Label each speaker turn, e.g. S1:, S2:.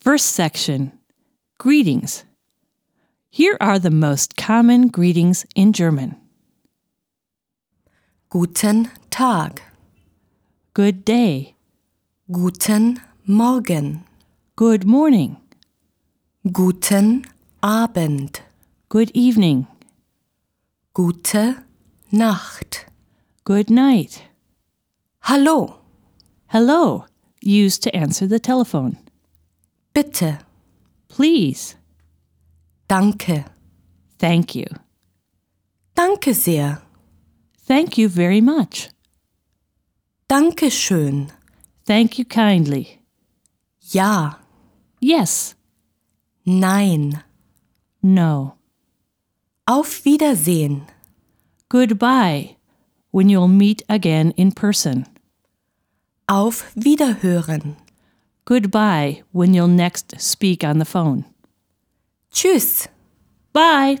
S1: First section Greetings. Here are the most common greetings in German
S2: Guten Tag,
S1: Good day,
S2: guten Morgen,
S1: good morning,
S2: guten Abend,
S1: good evening,
S2: gute Nacht.
S1: good night,
S2: Hallo,
S1: hello, used to answer the telephone.
S2: bitte,
S1: Please,
S2: danke,
S1: thank you,
S2: danke sehr,
S1: thank you very much,
S2: danke schön,
S1: thank you kindly,
S2: ja,
S1: yes,
S2: nein,
S1: no,
S2: auf Wiedersehen,
S1: goodbye, when you'll meet again in person.
S2: auf Wiederhören,
S1: Goodbye when you'll next speak on the phone.
S2: tschüss.
S1: Bye.